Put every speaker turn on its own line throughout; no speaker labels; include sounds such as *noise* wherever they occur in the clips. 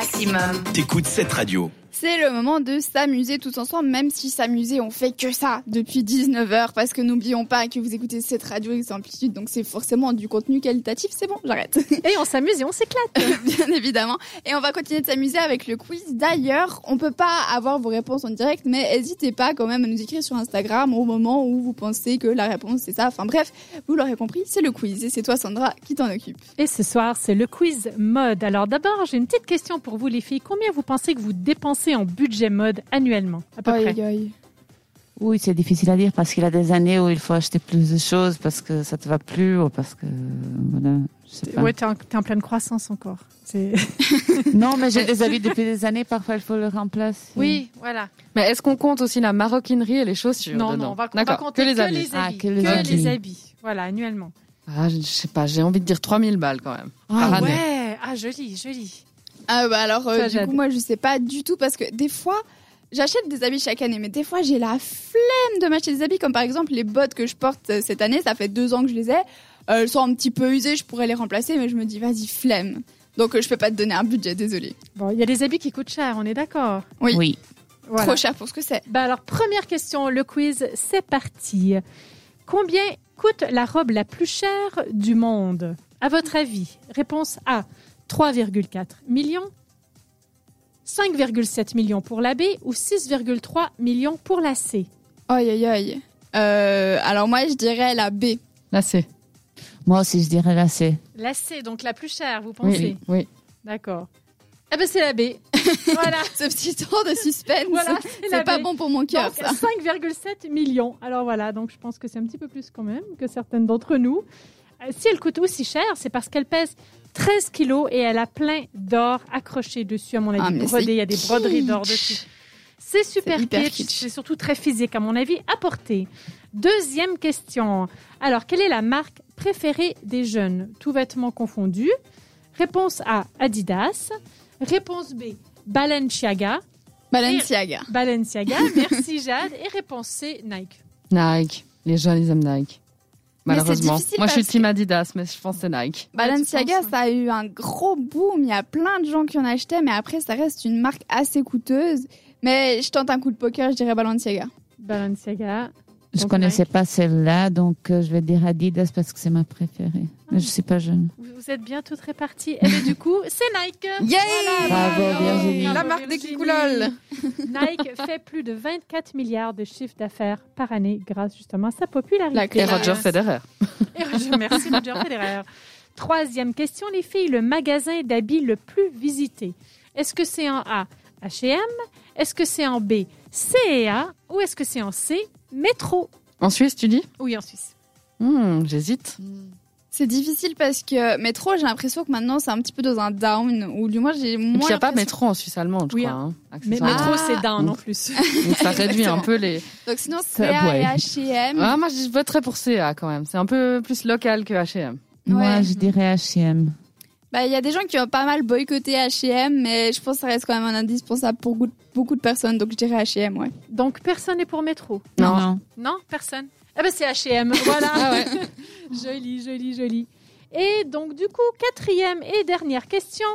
maximum.
T'écoutes cette radio.
C'est le moment de s'amuser tous ensemble, même si s'amuser, on fait que ça depuis 19h, parce que n'oublions pas que vous écoutez cette radio avec amplitude, donc c'est forcément du contenu qualitatif, c'est bon,
*laughs*
j'arrête.
Et on s'amuse et on s'éclate.
Bien évidemment. Et on va continuer de s'amuser avec le quiz. D'ailleurs, on peut pas avoir vos réponses en direct, mais n'hésitez pas quand même à nous écrire sur Instagram au moment où vous pensez que la réponse c'est ça. Enfin bref, vous l'aurez compris, c'est le quiz, et c'est toi Sandra qui t'en occupe.
Et ce soir, c'est le quiz mode. Alors d'abord, j'ai une petite question pour vous les filles. Combien vous pensez que vous dépensez en budget mode annuellement à peu près
Aïe, aïe.
Oui, c'est difficile à dire parce qu'il y a des années où il faut acheter plus de choses parce que ça te va plus ou parce que voilà, je sais pas.
Ouais, t'es en, t'es en pleine croissance encore. C'est-
Non, mais j'ai
*laughs*
des habits depuis des années. Parfois, il faut le remplacer.
*laughs* Oui, voilà.
Mais est-ce qu'on compte aussi la maroquinerie et les chaussures
Non,
dedans
non, on va, on va
D'accord,
compter
que les habits.
Ah, que les
que les
habits.
habits. Voilà, annuellement.
Ah, je je sais pas, j'ai envie de dire 3000 balles quand même. par
Ah
année.
ouais, ah joli, joli.
Ah bah alors euh,
Toi,
du
Jade.
coup moi je sais pas du tout parce que des fois j'achète des habits chaque année mais des fois j'ai la flemme de m'acheter des habits comme par exemple les bottes que je porte euh, cette année ça fait deux ans que je les ai Euh, elles sont un petit peu usées je pourrais les remplacer mais je me dis vas-y flemme donc euh, je peux pas te donner un budget désolé
Bon, il y a des habits qui coûtent cher, on est d'accord.
Oui.
Oui.
Voilà.
trop cher pour ce que c'est
Bah alors, première question, le quiz, c'est parti. Combien coûte la robe la plus chère du monde À votre avis, réponse A, 3,4 millions, 5,7 millions pour la B ou 6,3 millions pour la C
aïe aïe aïe Euh, alors moi je dirais la B
Là, c'est.
Moi aussi, je dirais là, c'est.
La C, donc la plus chère, vous
Oui,
pensez
oui.
D'accord. Ah ben c'est la B. *laughs* voilà,
ce petit temps de suspense
voilà, c'est la
c'est pas
B.
bon pour mon cœur
Donc, euh,
ça
5,7 millions. Alors voilà, donc je pense que c'est un petit peu plus quand même que certaines d'entre nous. Euh, si elle coûte aussi cher, c'est parce qu'elle pèse 13 kilos et elle a plein d'or accroché dessus, à mon avis.
Ah, mais
brodé,
c'est
il y a des broderies d'or dessus. C'est super
C'est hyper
kitsch,
kitsch.
c'est surtout très physique, à mon avis, à porter. Deuxième question. Alors, quelle est la marque préférée des jeunes Tout vêtements confondus. Réponse A, Adidas. Réponse B, Balenciaga.
Balenciaga
*laughs* Balenciaga, merci Jade. Et réponse C, Nike.
Nike. Les jeunes, ils aiment Nike.
Mais c'est
Malheureusement.
difficile
Moi, je suis
parce
team Adidas, mais je pense que c'est Nike.
Balenciaga, ça a eu un gros boom. Il y a plein de gens qui en achetaient, mais après, ça reste une marque assez coûteuse. Mais je tente un coup de poker, je dirais Balenciaga.
Balenciaga.
Je
Donc,
connaissais
Nike.
pas celle-là, donc euh, je vais dire Adidas parce que c'est ma préférée. Mais je suis pas jeune.
Vous vous êtes bien toutes réparties. Et du coup, c'est Nike.
Yeah
Bravo, Virginie.
bravo,
La
marque des
Virginie.
clicouloles.
*laughs* Nike fait plus de 24 milliards de chiffres d'affaires par année grâce justement à sa popularité.
La
Et
Nike.
Roger Federer.
Et Roger, merci Roger Federer. Troisième question, les filles, le magasin d'habits le plus visité. Est-ce que c'est en A, H&M Est-ce que c'est en B, CEA Ou est-ce que c'est en C, Métro
En Suisse, tu dis
Oui, en Suisse.
Hmm, J'hésite.
C'est difficile parce que métro, j'ai l'impression que maintenant, c'est un petit peu dans un down. Ou du moins, j'ai
Et puis,
moins.
il n'y a pas
l'impression-
métro en Suisse allemande, je
Oui,
crois.
hein.
hein,
Mais
accessoirement.
Métro,
Ah.
c'est down
Ouh.
en plus.
Donc, ça réduit un
Exactement.
peu les.
Ah,
Donc sinon,
Subway.
CA et HM.
Ah, moi, je voterais pour CA quand même. C'est un peu plus local que HM.
Moi,
Ouais.
je dirais H&M.
Bah, Il y a des gens qui ont pas mal boycotté HM, mais je pense que ça reste quand même un indispensable pour goût- beaucoup de personnes. Donc je dirais HM, ouais.
*laughs* Donc, personne n'est pour Métro
Non.
Non, personne. Ah ben c'est *laughs* H&M, voilà. joli, joli, joli. Et donc du coup, quatrième et dernière question.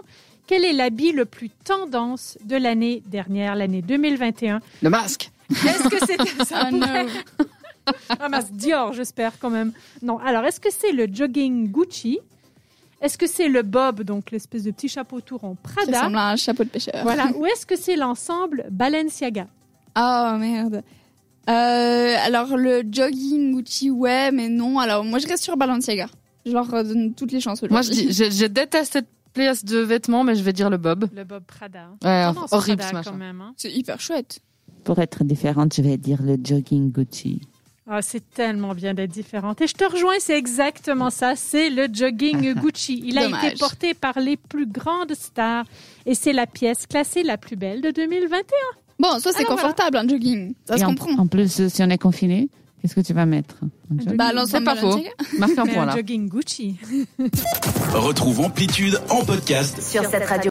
Quel est l'habit le plus tendance de l'année dernière, l'année 2021 *laughs*
Le masque.
Est-ce que c'est ça
Ah,
pourrait- Un masque Dior, j'espère quand même. Non. Alors, est-ce que c'est le jogging Gucci Est-ce que c'est le bob, donc l'espèce de petit chapeau tout rond
Ça
Prada
ressemble à un chapeau de pêcheur.
Voilà. Ou est-ce que c'est l'ensemble Balenciaga
Oh merde. Euh, alors le jogging Gucci, ouais, mais non. Alors moi je reste sur Balenciaga. Je leur donne toutes les chances
Moi,
aujourd'hui.
je, dis, je, je déteste cette place de vêtements, mais je vais dire le bob.
Le bob Prada.
Ouais,
Tendance
Ah, horrible
Prada,
ce machin.
quand même. hein.
C'est hyper chouette.
Pour être différente, je vais dire le jogging Gucci.
Ah, c'est tellement bien d'être différente. Et je te rejoins, c'est exactement ça. C'est le
*laughs*
jogging Gucci. Il a
Dommage.
été porté par les plus grandes stars et c'est la pièce classée la plus belle de 2021.
Bon, soit c'est
Alors,
confortable un jogging, ça
Et
se
en,
comprend.
en plus, euh, si on est confiné, qu'est-ce que tu vas mettre Un jogging.
Bah
C'est
l'ensemble
pas
Balenciaga.
Marque un
Mais
point
un
là.
jogging Gucci.
Retrouve Amplitude en podcast
Sur cette radio.